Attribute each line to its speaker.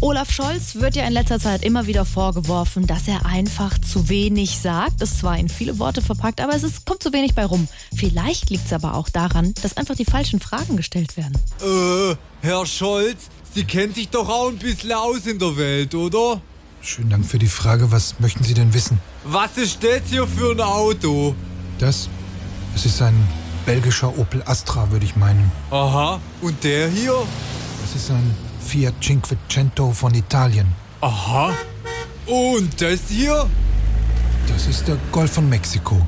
Speaker 1: Olaf Scholz wird ja in letzter Zeit immer wieder vorgeworfen, dass er einfach zu wenig sagt. Ist zwar in viele Worte verpackt, aber es ist, kommt zu wenig bei rum. Vielleicht liegt es aber auch daran, dass einfach die falschen Fragen gestellt werden.
Speaker 2: Äh, Herr Scholz, Sie kennen sich doch auch ein bisschen aus in der Welt, oder?
Speaker 3: Schönen Dank für die Frage. Was möchten Sie denn wissen?
Speaker 2: Was ist das hier für ein Auto?
Speaker 3: Das? Es ist ein belgischer Opel Astra, würde ich meinen.
Speaker 2: Aha, und der hier?
Speaker 3: Das ist ein Fiat Cinquecento von Italien.
Speaker 2: Aha. Und das hier?
Speaker 3: Das ist der Golf von Mexiko.